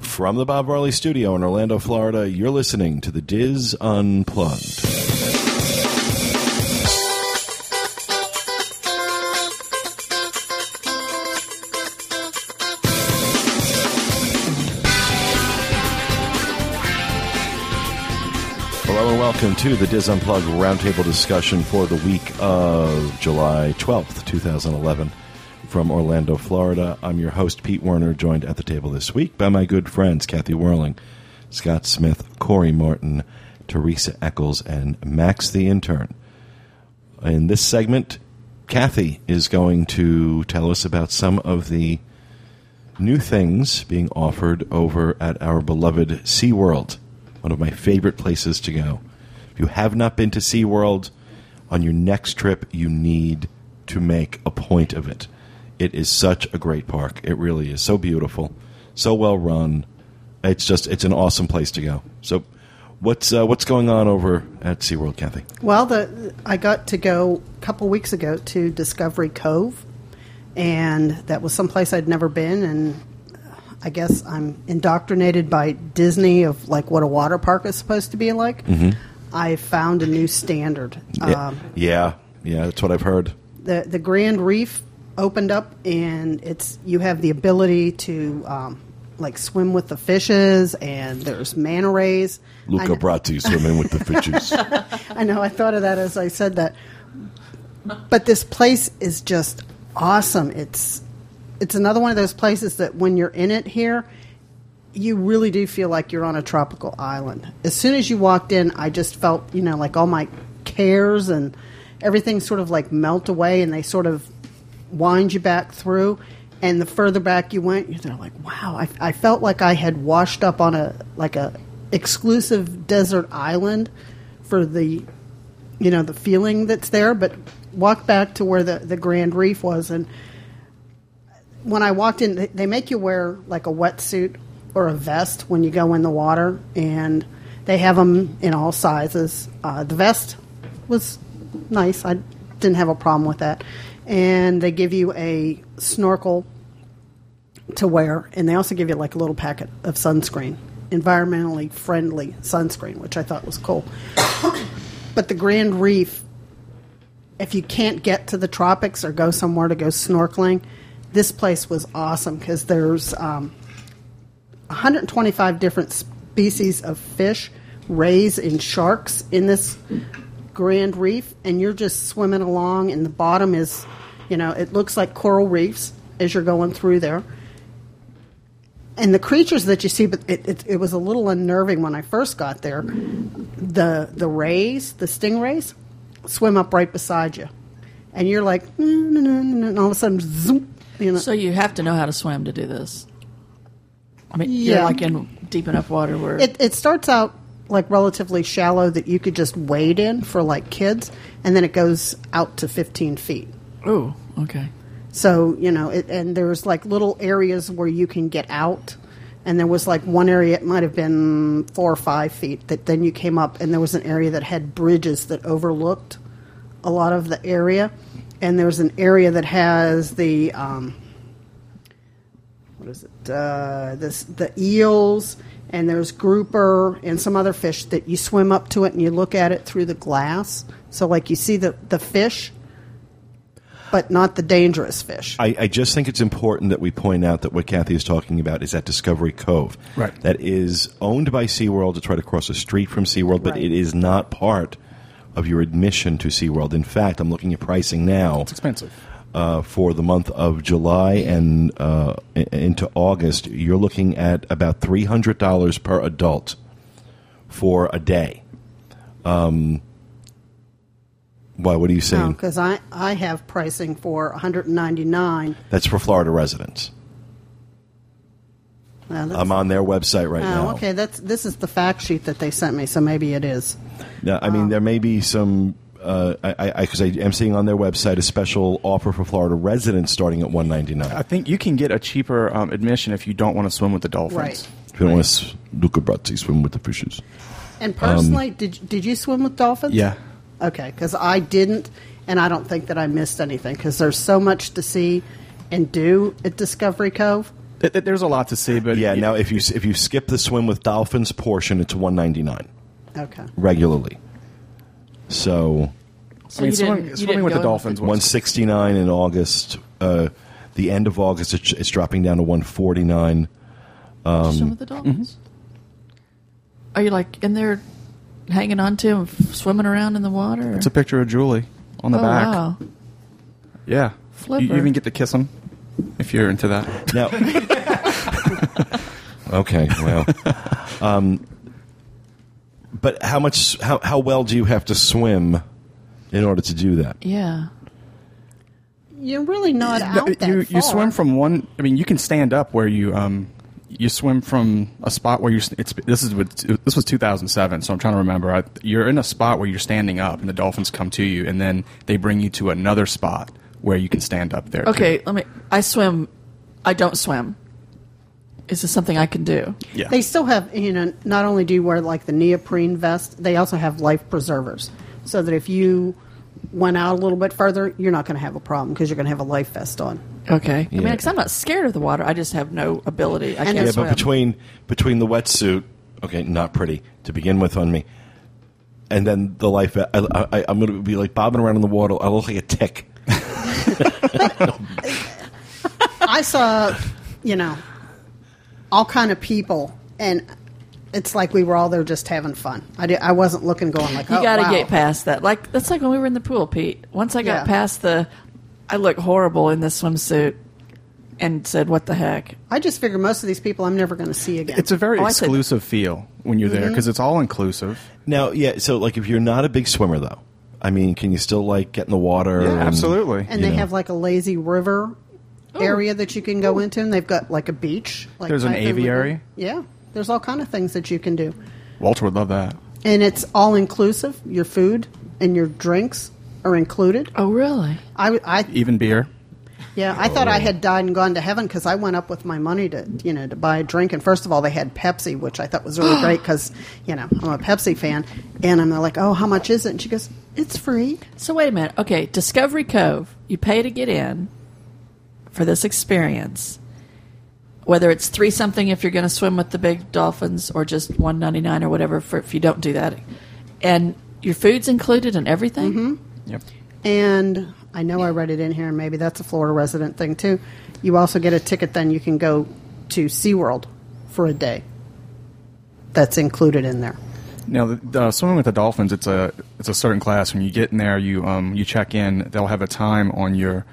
From the Bob Varley Studio in Orlando, Florida, you're listening to the Diz Unplugged. Hello and welcome to the Diz Unplugged roundtable discussion for the week of July 12th, 2011, from Orlando, Florida. I'm your host, Pete Werner, joined at the table this week by my good friends, Kathy Whirling, Scott Smith, Corey Martin, Teresa Eccles, and Max the Intern. In this segment, Kathy is going to tell us about some of the new things being offered over at our beloved SeaWorld, one of my favorite places to go. If you have not been to SeaWorld, on your next trip, you need to make a point of it. It is such a great park. It really is so beautiful, so well run. It's just it's an awesome place to go. So, what's uh, what's going on over at SeaWorld, Kathy? Well, the I got to go a couple weeks ago to Discovery Cove, and that was someplace I'd never been. And I guess I'm indoctrinated by Disney of like what a water park is supposed to be like. I found a new standard. Mm-hmm. Yeah, Um, yeah, yeah, that's what I've heard. the the Grand Reef opened up, and it's you have the ability to um, like swim with the fishes, and there's manta rays. I Luca kn- Brasi swimming with the fishes. I know. I thought of that as I said that. But this place is just awesome. It's it's another one of those places that when you're in it here, you really do feel like you're on a tropical island. As soon as you walked in, I just felt you know like all my cares and everything sort of like melt away, and they sort of wind you back through. And the further back you went, you're there like, wow, I, I felt like I had washed up on a like a exclusive desert island for the you know the feeling that's there but walk back to where the, the grand reef was and when i walked in they- they make you wear like a wetsuit or a vest when you go in the water and they have them in all sizes uh, the vest was nice i didn't have a problem with that and they give you a snorkel to wear, and they also give you like a little packet of sunscreen, environmentally friendly sunscreen, which I thought was cool. but the Grand Reef, if you can't get to the tropics or go somewhere to go snorkeling, this place was awesome because there's um, 125 different species of fish, rays, and sharks in this Grand Reef, and you're just swimming along, and the bottom is, you know, it looks like coral reefs as you're going through there and the creatures that you see, but it, it, it was a little unnerving when I first got there. The the rays, the stingrays, swim up right beside you, and you're like, "Mm, "No, no, no, no, no," and all of a sudden, zoom, you know, So you have to know how to swim to do this. I mean, you're Yeah. like in deep enough water where it, it starts out like relatively shallow that you could just wade in for like kids, and then it goes out to 15 feet. ooh, okay. So you know, it, and there's like little areas where you can get out, and there was like one area it might have been four or five feet that then you came up, and there was an area that had bridges that overlooked a lot of the area, and there was an area that has the um, what is it? Uh, this the eels, and there's grouper and some other fish that you swim up to it and you look at it through the glass. So like you see the the fish. But not the dangerous fish. I, I just think it's important that we point out that what Kathy is talking about is at Discovery Cove. Right. That is owned by SeaWorld. It's right across the street from SeaWorld, but Right. it is not part of your admission to SeaWorld. In fact, I'm looking at pricing now It's expensive. uh, for the month of July and uh, i- into August. You're looking at about $300 per adult for a day. Um, why? What are you saying? Oh. because Oh, I, I have pricing for 199 That's for Florida residents. uh, that's- I'm on their website right oh, now. okay that's this is the fact sheet that they sent me so maybe it is No, I mean Um, there may be some. Uh, I because I, am seeing on their website a special offer for Florida residents starting at 199. I think you can get a cheaper um, admission if you don't want to swim with the dolphins. right If you don't want to Luca Brazzi swim with the fishes. Um, and personally did, did you swim with dolphins Yeah. okay because i didn't and i don't think that i missed anything because there's so much to see and do at discovery cove Th- th- There's a lot to see, but Yeah. Now, if you if you skip the swim with dolphins portion, it's one ninety nine Okay. regularly. So So I mean, you swimming, didn't- you swimming didn't with the go in dolphins one was sixty nine in August. Uh, the end of August, it's, it's dropping down to one forty nine. Um, swim Mm-hmm. with the dolphins. Are you like in there, hanging on to them, swimming around in the water? It's a picture of Julie on the oh back. wow! Yeah, Flipper. You, you even get to kiss him if you're into that. Now, okay, well, um, but how much? How how well do you have to swim in order to do that? Yeah. You're really not out that you you far. swim from one. I mean, you can stand up where you um you swim from a spot where you. s- It's this is what this was 2007, so I'm trying to remember. I, you're in a spot where you're standing up, and the dolphins come to you, and then they bring you to another spot where you can stand up there. too. Okay. Let me. I swim. I don't swim. Is this something I can do? Yeah. They still have, you know, not only do you wear like the neoprene vest, they also have life preservers, so that if you went out a little bit further, you're not going to have a problem because you're going to have a life vest on. Okay. I mean, Yeah. because I'm not scared of the water. I just have no ability. I And can't Yeah, it's- swim. but between between the wetsuit, okay, not pretty to begin with on me, and then the life, I, I, I'm going to be like bobbing around in the water. I look like a tick. I saw, you know, all kind of people, and it's like we were all there just having fun. I did, I wasn't looking, going like, You oh, got to wow. get past that. Like that's like when we were in the pool, Pete. Once I got Yeah. past the, I look horrible in this swimsuit, and said, "What the heck?" I just figure most of these people I'm never going to see again. It's a very Oh, I Mm-hmm. said- exclusive feel when you're there because it's all inclusive. Now, yeah, so like if you're not a big swimmer though, I mean, can you still like get in the water? and- and you they know. have like a lazy river area that you can go into, and they've got like a beach. Like There's an type of river. aviary. Yeah, there's all kind of things that you can do, Walter would love that. and it's all inclusive. Your food and your drinks are included. Oh, really? I, w- I- Even beer. yeah, I thought I had died and gone to heaven because I went up with my money to you know to buy a drink, and first of all they had Pepsi, which I thought was really great because you know I'm a Pepsi fan, and I'm like, oh, how much is it? And she goes, it's free. So wait a minute. Okay, Discovery Cove. You pay to get in for this experience. Whether it's three something if you're going to swim with the big dolphins, or just one ninety nine or whatever for if you don't do that, and your food's included and everything. Mm-hmm. Yep. And I know I read it in here, and maybe that's a Florida resident thing too. You also get a ticket, then you can go to SeaWorld for a day. That's included in there. Now, the, the swimming with the dolphins, it's a it's a certain class. When you get in there, you um you check in. They'll have a time on your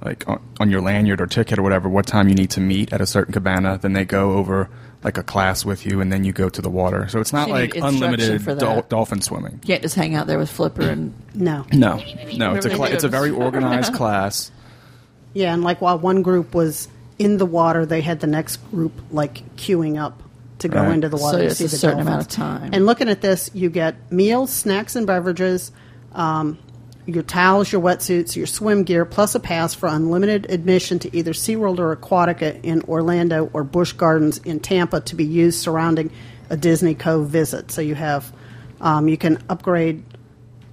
like on, on your lanyard or ticket or whatever. What time you need to meet at a certain cabana. Then they go over like a class with you, and then you go to the water. So it's not So you need like unlimited instruction for dol- that. dolphin swimming. You can't just hang out there with Flipper and No. No, no, it's a Everybody cla- it's a goes. very organized class. Yeah, and like while one group was in the water, they had the next group like queuing up to go Right. into the water So to it's see a the certain amount dolphins. of time. And looking at this, you get meals, snacks, and beverages, um, your towels, your wetsuits, your swim gear, plus a pass for unlimited admission to either SeaWorld or Aquatica in Orlando or Busch Gardens in Tampa to be used surrounding a Disney Cove visit. So you have, um, you can upgrade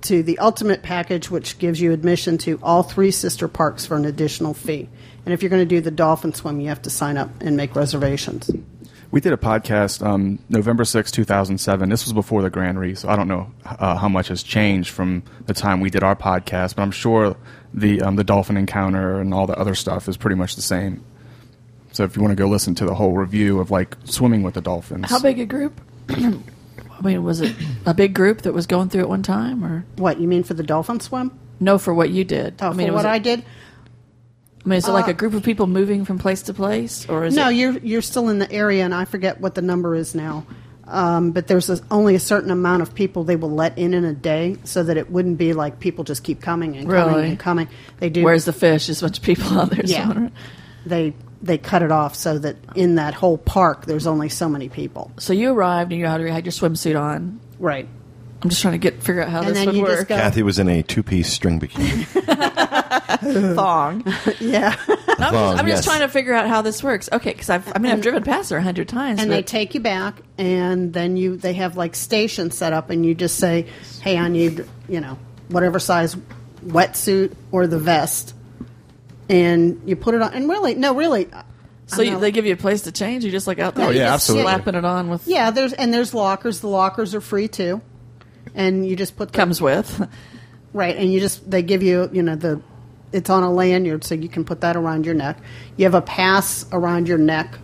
to the ultimate package, which gives you admission to all three sister parks for an additional fee. And if you're going to do the dolphin swim, you have to sign up and make reservations. We did a podcast um, November sixth, two 2007. This was before the Grand Re, so I don't know uh, how much has changed from the time we did our podcast, but I'm sure the, um, the dolphin encounter and all the other stuff is pretty much the same. So if you want to go listen to the whole review of like swimming with the dolphins, how big a group? I mean, was it a big group that was going through at one time, or What, you mean for the dolphin swim? no? For what you did? Oh, I mean, for was what it- I did? I mean, is it like a group of people moving from place to place, or is No, it? you're you're still in the area, and I forget what the number is now. Um, but there's a, only a certain amount of people they will let in in a day, so that it wouldn't be like people just keep coming and coming Really? and coming. They do. Where's the fish? There's a bunch of people out there. yeah? swimming. They they cut it off so that in that whole park there's only so many people. So you arrived and you had you had your swimsuit on. Right. I'm just trying to get figure out how And this then would you just work. go- Kathy was in a two piece string bikini. thong. Yeah. I'm, Thong, just, I'm just yes. trying to figure out how this works. Okay, because I've I mean I've driven past her a hundred times. and but they take you back and then you they have like stations set up and you just say hey i need you know whatever size wetsuit or the vest and you put it on and really no really So you, know. they give you a place to change. You're just like out there, Yeah, you're yeah, just absolutely. slapping it on with Yeah, there's and there's lockers. The lockers are free too, and you just put the, comes with. right, and you just they give you you know the it's on a lanyard, so you can put that around your neck. You have a pass around your neck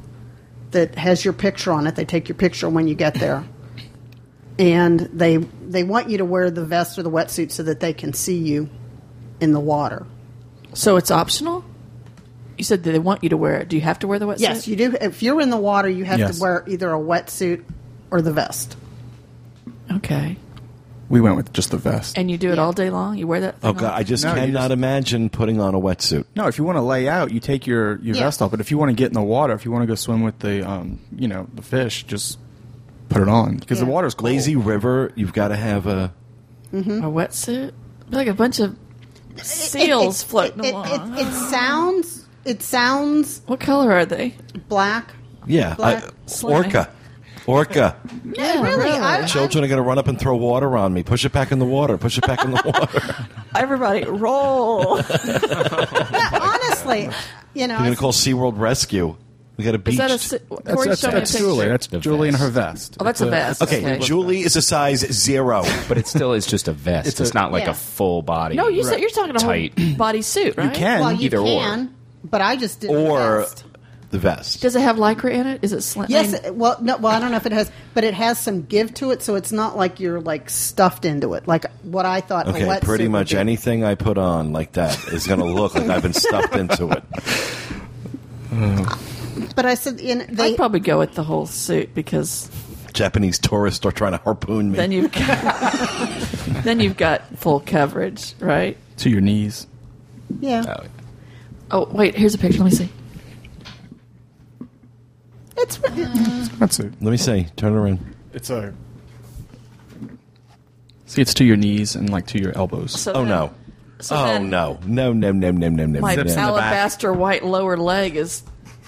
that has your picture on it. They take your picture when you get there, and they they want you to wear the vest or the wetsuit so that they can see you in the water. So it's optional. You said that they want you to wear it. Do you have to wear the wetsuit? Yes, you do. If you're in the water, you have Yes. to wear either a wetsuit or the vest. Okay. We went with just the vest. And you do it all day long. You wear that. Oh thing god, all- I just No, you cannot just- imagine putting on a wetsuit. No, if you want to lay out, you take your, your Yeah. vest off. But if you want to get in the water, if you want to go swim with the, um, you know, the fish, just put it on because the Yeah. water's cold. Lazy river, you've got to have a. a wetsuit. Like a bunch of seals it, it, floating it, it, along. It, it sounds. It sounds what color are they? black. Yeah, Black I- slime. orca. Orca. Yeah, really, I- Children are going to run up and throw water on me. Push it back in the water. Push it back in the water. Everybody, roll. But honestly, you know, You're going I- to call SeaWorld Rescue. We got a beach. Is that a? si- Corey, That's, that's, show me a that's picture. Julie. That's The Julie in vest. her vest. Oh, that's a vest. okay, Okay. Julie is a size zero. But it still is just a vest. It's, a- not like Yeah. a full body. No, you said you're talking a tight. whole body suit, right? You can. well, you either or. can, but I just did Or best. the vest. Does it have lycra in it? Is it slant? Yes, it- well, no, well, I don't know if it has, but it has some give to it, so it's not like you're like stuffed into it, like what I thought. a Okay, wetsuit pretty would much be. anything I put on like that is going to look like I've been stuffed into it. But I said, in, they, I'd probably go with the whole suit because Japanese tourists are trying to harpoon me. then you've got, then you've got full coverage, right? To your knees. yeah, Oh, Oh wait, here's a picture. Let me see. it's That's it. Let me see. Turn it around. It's a. See, it's to your knees and like to your elbows. So Oh then- no. so Oh then no. No, no, no, no, no, no. My no. alabaster white lower leg is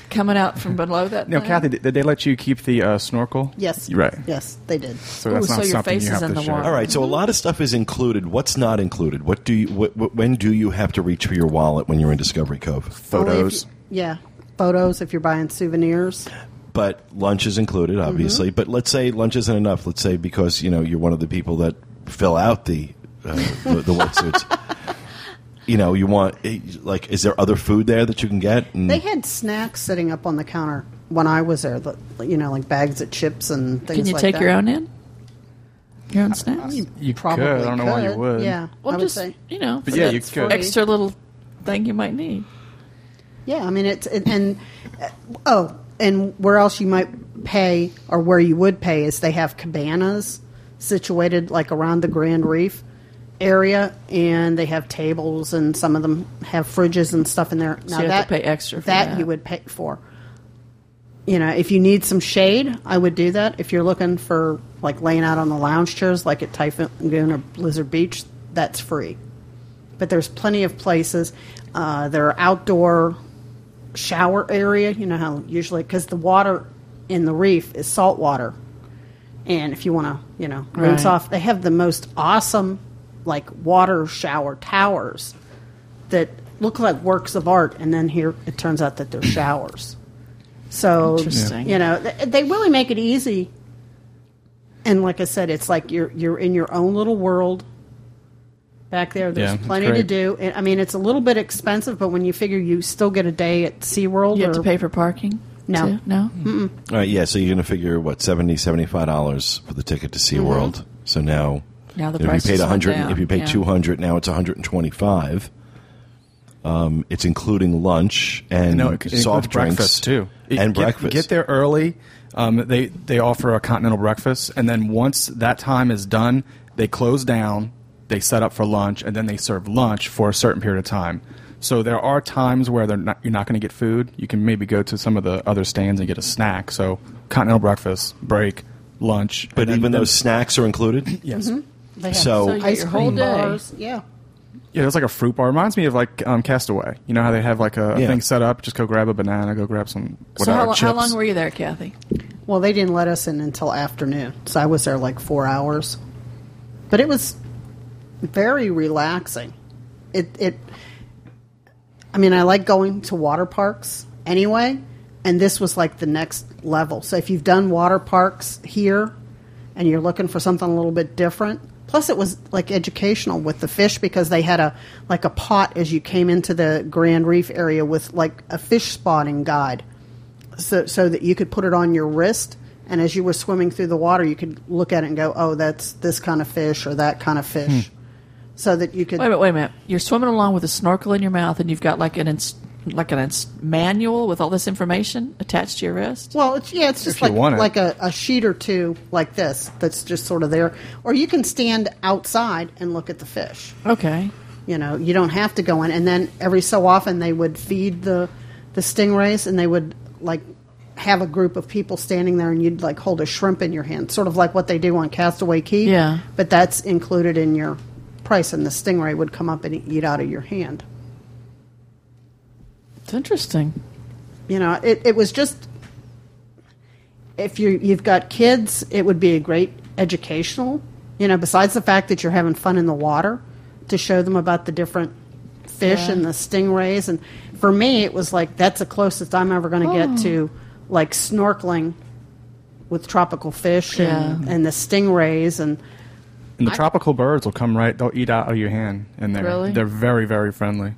coming out from below that. now, thing. Kathy, did, did they let you keep the uh, snorkel? yes, You're Right. yes, they did. So Ooh, that's so not your something face you is have in to the share. water. All right, so a lot of stuff is included. What's not included? What do you? What, what, when do you have to reach for your wallet when you're in Discovery Cove? Only if Photos. you- yeah, photos if you're buying souvenirs. But lunch is included, obviously. Mm-hmm. But let's say lunch isn't enough. Let's say because you know you're one of the people that fill out the uh, the, the wetsuits. you know, you want eh, like, is there other food there that you can get? And They Mm. had snacks sitting up on the counter when I was there. the- You know, like bags of chips and things. Can you like take that. your own in? Your own snacks? You Probably. could. I don't know why you could. would. Yeah, well, I would just say. you know, But for yeah, that you could. extra little thing you might need. Yeah, I mean it's and, and uh, oh, and where else you might pay or where you would pay is they have cabanas situated like around the Grand Reef area, and they have tables and some of them have fridges and stuff in there. So you have to pay extra for that. you would pay for. You know, if you need some shade, I would do that. If you're looking for like laying out on the lounge chairs, like at Typhoon or Blizzard Beach, that's free but there's plenty of places. Uh, there are outdoor shower area. You know how usually because the water in the reef is salt water, and if you want to, you know, rinse Right. off, they have the most awesome like water shower towers that look like works of art, and then here it turns out that they're showers. So Interesting. you know th- they really make it easy. And like I said, it's like you're you're in your own little world back there. There's Yeah, it's plenty to great. do. And, I mean, it's a little bit expensive, but when you figure you still get a day at SeaWorld, You or, have to pay for parking. No. too? no. all right, yeah. So you're going to figure what 70 dollars for the ticket to SeaWorld. So now, Mm-hmm. Now the if prices you paid went hundred, down, if you paid yeah. two hundred, now it's one hundred and twenty five. Um, it's including lunch and No, it, it Mm-hmm. soft includes drinks breakfast too, It- and get, breakfast. Get there early. Um, they they offer a continental breakfast, and then once that time is done, they close down. They set up for lunch, and then they serve lunch for a certain period of time. So there are times where they're not, you're not going to get food. You can maybe go to some of the other stands and get a snack. So continental breakfast, break, lunch. but and then- even then- those snacks are included. yes, Mm-hmm. they have So- So you get ice your cream whole day. bars. Yeah. yeah, there's like a fruit bar. Reminds me of like um, Castaway. You know how they have like a Yeah. thing set up. Just go grab a banana. Go grab some. Whatever, So how, lo- chips. how long were you there, Kathy? Well, they didn't let us in until afternoon, so I was there like four hours. But it was very relaxing. It, it. I mean, I like going to water parks anyway, and this was like the next level. So if you've done water parks here and you're looking for something a little bit different, plus it was like educational with the fish because they had a like a pot as you came into the Grand Reef area with like a fish spotting guide. So so that you could put it on your wrist and as you were swimming through the water you could look at it and go, "Oh, that's this kind of fish or that kind of fish." So that you could Wait a minute, wait a minute. You're swimming along with a snorkel in your mouth, and you've got like an ins- like an ins- manual with all this information attached to your wrist. Well, it's yeah, it's just If you like want it. like a, a sheet or two like this that's just sort of there, or you can stand outside and look at the fish. Okay. You know, you don't have to go in. And then every so often they would feed the the stingrays, and they would like have a group of people standing there, and you'd like hold a shrimp in your hand, sort of like what they do on Castaway Key. Yeah. but that's included in your price, and the stingray would come up and eat out of your hand. It's interesting. you know it, it was just if you you've got kids it would be a great educational you know besides the fact that you're having fun in the water to show them about the different fish Yeah. and the stingrays and for me it was like that's the closest i'm ever going to get Oh. to like snorkeling with tropical fish and, and the stingrays and And the tropical birds will come right. They'll eat out of your hand, and they're Really? they're very very friendly.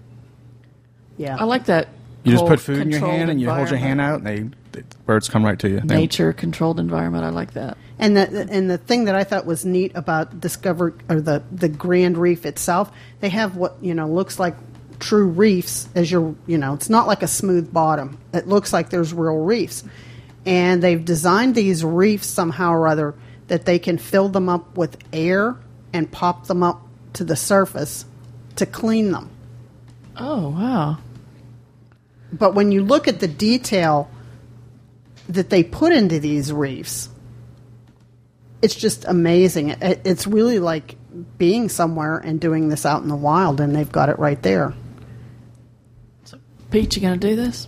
yeah I like that. You just whole put food in your controlled hand, and you hold your hand environment. out, and they the birds come right to you. They- Nature controlled environment. I like that. And the and the thing that I thought was neat about Discover or the the Grand Reef itself, they have what you know looks like true reefs as you're you know it's not like a smooth bottom. It looks like there's real reefs, and they've designed these reefs somehow or other that they can fill them up with air and pop them up to the surface to clean them. Oh wow. But when you look at the detail that they put into these reefs, it's just amazing. It, it's really like being somewhere and doing this out in the wild, and they've got it right there. Pete, you gonna do this?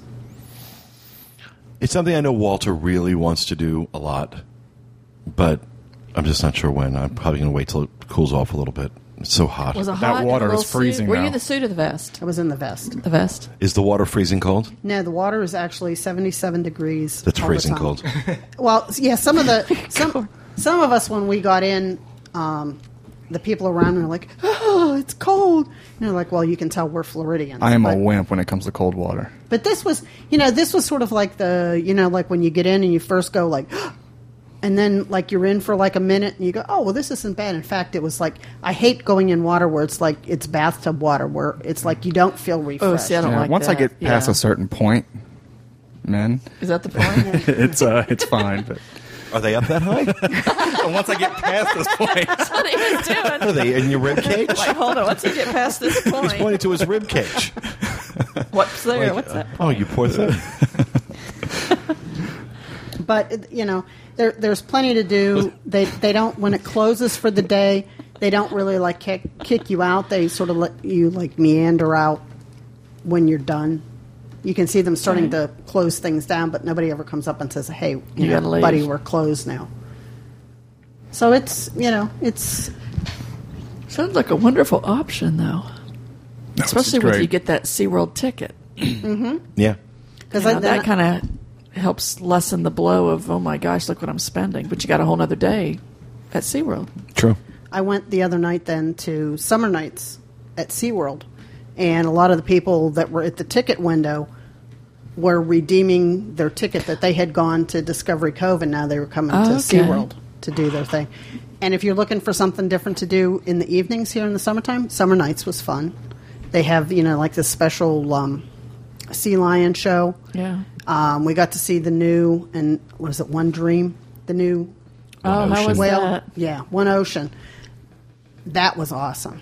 It's something I know Walter really wants to do a lot, but I'm just not sure when. I'm probably going to wait till it cools off a little bit. It's so hot. Was it That hot? water A little is freezing Suit? Were now. you the suit or the vest? I was in the vest. The vest. Is the water freezing cold? No, the water is actually seventy-seven degrees. That's all the freezing time. cold. Well, s- yeah, some of the some some of us when we got in, um, the people around were like, "Oh, it's cold," and they're like, "Well, you can tell we're Floridians." I am a but- wimp when it comes to cold water. But this was, you know, this was sort of like the, you know, like when you get in and you first go like, and then like you're in for like a minute and you go, oh well, this isn't bad. In fact, it was like I hate going in water where it's like it's bathtub water where it's like you don't feel refreshed. Oh, see, I don't Yeah, like once I that. get past Yeah. a certain point, man, Is that the point? it's uh, it's fine. But Are they up that high? and once I get past this point, what are you Are doing? they in your rib cage? Wait, hold on. Once you get past this He's pointing point, to his rib cage. what's there? uh, What's that? Oh, you poor thing. but it- you know there, there's plenty to do they they don't when it closes for the day they don't really like kick, kick you out they sort of let you like meander out when you're done you can see them starting to close things down but nobody ever comes up and says hey you, You know, gotta leave. buddy we're closed now so it's you know it's Sounds like a wonderful option, though. Especially when great. you get that SeaWorld ticket. Yeah. because Now, that kind of helps lessen the blow of, oh my gosh, look what I'm spending. But you got a whole nother day at SeaWorld. True. I went the other night then to summer nights at SeaWorld, and a lot of the people that were at the ticket window were redeeming their ticket that they had gone to Discovery Cove, and now they were coming to Okay. SeaWorld to do their thing. And if you're looking for something different to do in the evenings here in the summertime, summer nights was fun. They have, you know, like this special um, sea lion show. Yeah. Um, we got to see the new, and was it One Dream? The new Oh, how was well, that? yeah, One Ocean. That was awesome.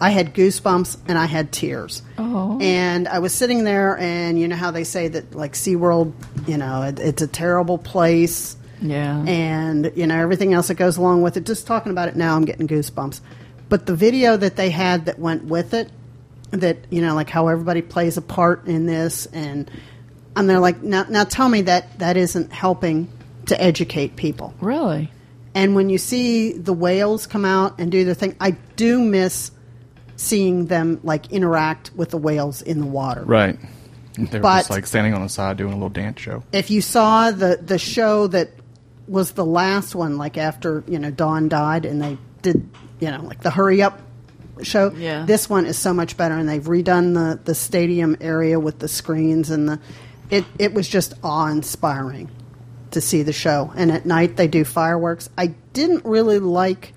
I had goosebumps and I had tears. Oh. And I was sitting there, and you know how they say that, like, SeaWorld, you know, it, it's a terrible place Yeah. and you know everything else that goes along with it. Just talking about it now, I'm getting goosebumps. But the video that they had that went with it, that you know, like how everybody plays a part in this, and and they're like, now, now tell me that that isn't helping to educate people. really? And when you see the whales come out and do their thing, I do miss seeing them like interact with the whales in the water right? They were But- just like standing on the side doing a little dance show. if you saw the the show that was the last one, like after you know Dawn died, and they did you know like the hurry up show. Yeah. This one is so much better, and they've redone the the stadium area with the screens and the. It it was just awe inspiring to see the show, and at night they do fireworks. I didn't really like.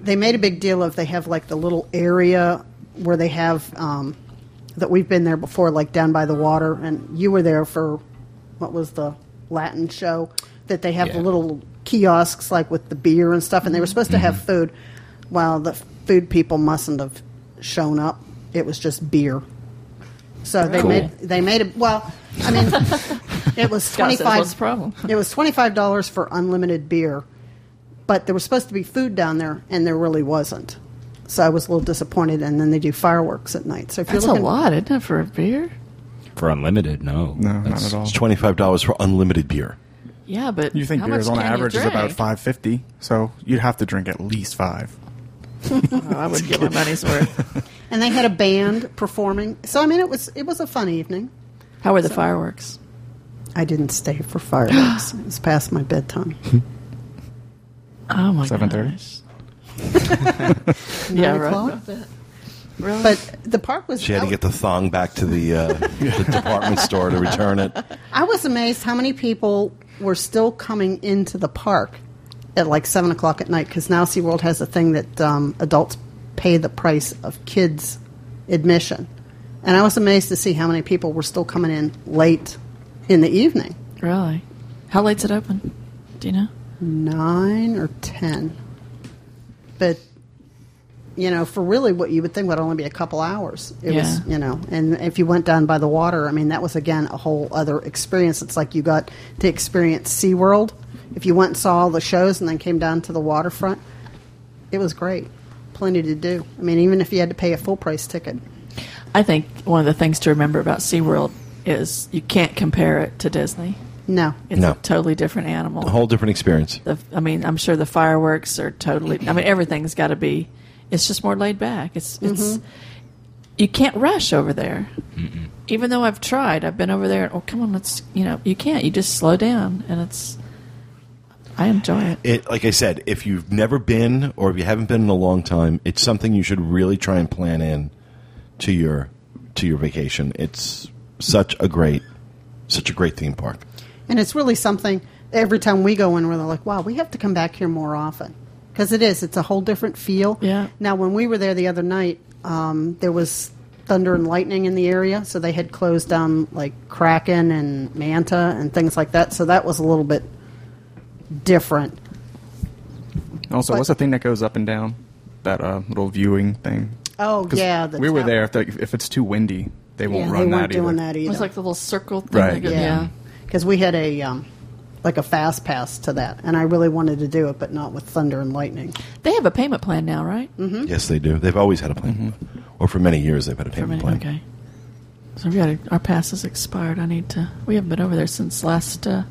They made a big deal of they have like the little area where they have um, that we've been there before, like down by the water, and you were there for what was the Latin show that they have the Yeah. little kiosks like with the beer and stuff, and they were supposed to Mm-hmm. have food. Well, the food people mustn't have shown up. It was just beer. So they Cool. made they made it. Well, I mean, it was Scott twenty says, five. "What's the problem?" It was twenty five dollars for unlimited beer, but there was supposed to be food down there, and there really wasn't. So I was a little disappointed. And then they do fireworks at night. So if That's you're a looking, lot, isn't it, for a beer? For unlimited, no. No, That's- not at all. It's twenty five dollars for unlimited beer. Yeah, but You think how beer much is on can you average is about drink? five fifty, so you'd have to drink at least five. Oh, I would get my money's worth. and they had a band performing. So I mean, it was it was a fun evening. How were the fireworks? I didn't stay for fireworks. it was past my bedtime. Oh my 7:30? gosh. yeah, Nine right. o'clock? Really? But the park was. She had to I- get the thong back to the, uh, the department store to return it. I was amazed how many people were still coming into the park at like seven o'clock at night because now SeaWorld has a thing that um, adults pay the price of kids' admission, and I was amazed to see how many people were still coming in late in the evening, really? How late's it open? Do you know? nine or ten, but. You know, for really what you would think would only be a couple hours. It was, Yeah. you know, and if you went down by the water, I mean, that was again a whole other experience. It's like you got to experience SeaWorld. If you went and saw all the shows and then came down to the waterfront, it was great. Plenty to do. I mean, even if you had to pay a full price ticket. I think one of the things to remember about SeaWorld is you can't compare it to Disney. No. It's No. a totally different animal. A whole different experience. the, I mean, I'm sure the fireworks are totally. I mean, everything's got to be. It's just more laid back. It's it's. You can't rush over there. Even though I've tried, I've been over there. Oh, come on, let's. You know, you can't. You just slow down, and it's. I enjoy it. It, like I said, if you've never been or if you haven't been in a long time, it's something you should really try and plan in to your to your vacation. It's such a great such a great theme park. And it's really something every time we go in, we're like, wow, we have to come back here more often. Because it is, it's a whole different feel. Yeah. Now, when we were there the other night, um, there was thunder and lightning in the area, so they had closed down like Kraken and Manta and things like that. So that was a little bit different. Also, what's the thing that goes up and down? That uh, little viewing thing. Oh 'Cause yeah, the we were tap- there. If, they, if it's too windy, they Yeah, won't they run weren't that doing either. that It either. was like the little circle thing. Right. that go- yeah, because we had a um, like a fast pass to that, and I really wanted to do it, but not with thunder and lightning. yeah. They have a payment plan now, right? Mm-hmm. Yes, they do. They've always had a plan. Or Mm-hmm. for many years they've had a payment plan. Okay. So we got to, our pass is expired. I need to. We haven't been over there since last uh,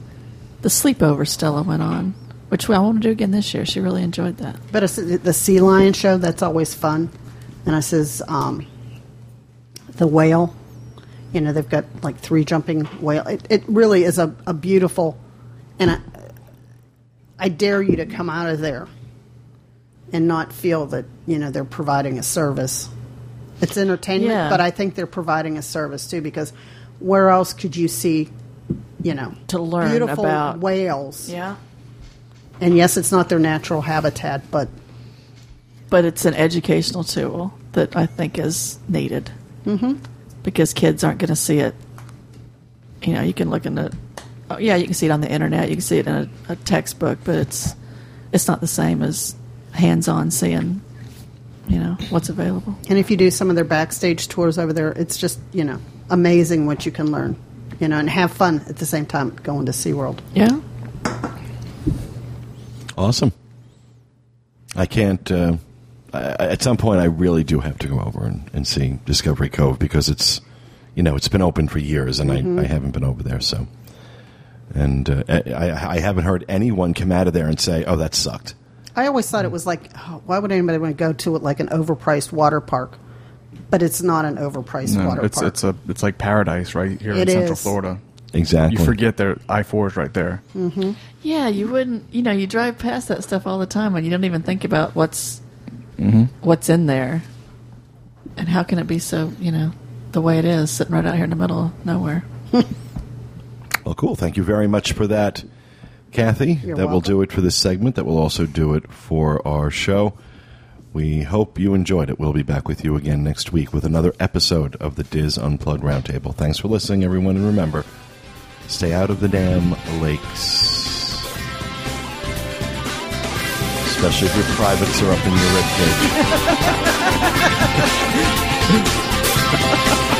the sleepover Stella went on, which I want to do again this year. She really enjoyed that. But it's the sea lion show, that's always fun. And I says, um, the whale, you know, they've got like three jumping whale. It, it really is a, a beautiful, and I, I dare you to come out of there and not feel that, you know, they're providing a service. It's entertainment, Yeah. but I think they're providing a service too because where else could you see, you know, To learn beautiful about- whales? Yeah. And yes, it's not their natural habitat, but But it's an educational tool that I think is needed mm-hmm. because kids aren't going to see it. You know, you can look in the, oh, yeah, you can see it on the internet, you can see it in a, a textbook, but it's it's not the same as hands-on seeing, you know, what's available. And if you do some of their backstage tours over there, it's just, you know, amazing what you can learn, you know, and have fun at the same time going to SeaWorld. Yeah. Awesome. I can't. Uh, I, I- at some point, I really do have to go over and, and see Discovery Cove because it's, you know, it's been open for years, and I, I haven't been over there. So, and uh, I, I- I haven't heard anyone come out of there and say, "Oh, that sucked." I always thought it was like, oh, why would anybody want to go to it like an overpriced water park? but it's not an overpriced No, water it's park. it's a it's like paradise right here in It Central is. Florida. Exactly. You forget there I four is right there. Yeah, you wouldn't. You know, you drive past that stuff all the time, and you don't even think about what's what's in there, and how can it be so? You know, the way it is, sitting right out here in the middle of nowhere. Well, cool. Thank you very much for that, Kathy. that You're will welcome. do it for this segment. That will also do it for our show. We hope you enjoyed it. We'll be back with you again next week with another episode of the Diz Unplugged Roundtable. Thanks for listening, everyone, and remember stay out of the damn lakes. Especially if your privates are up in your ribcage.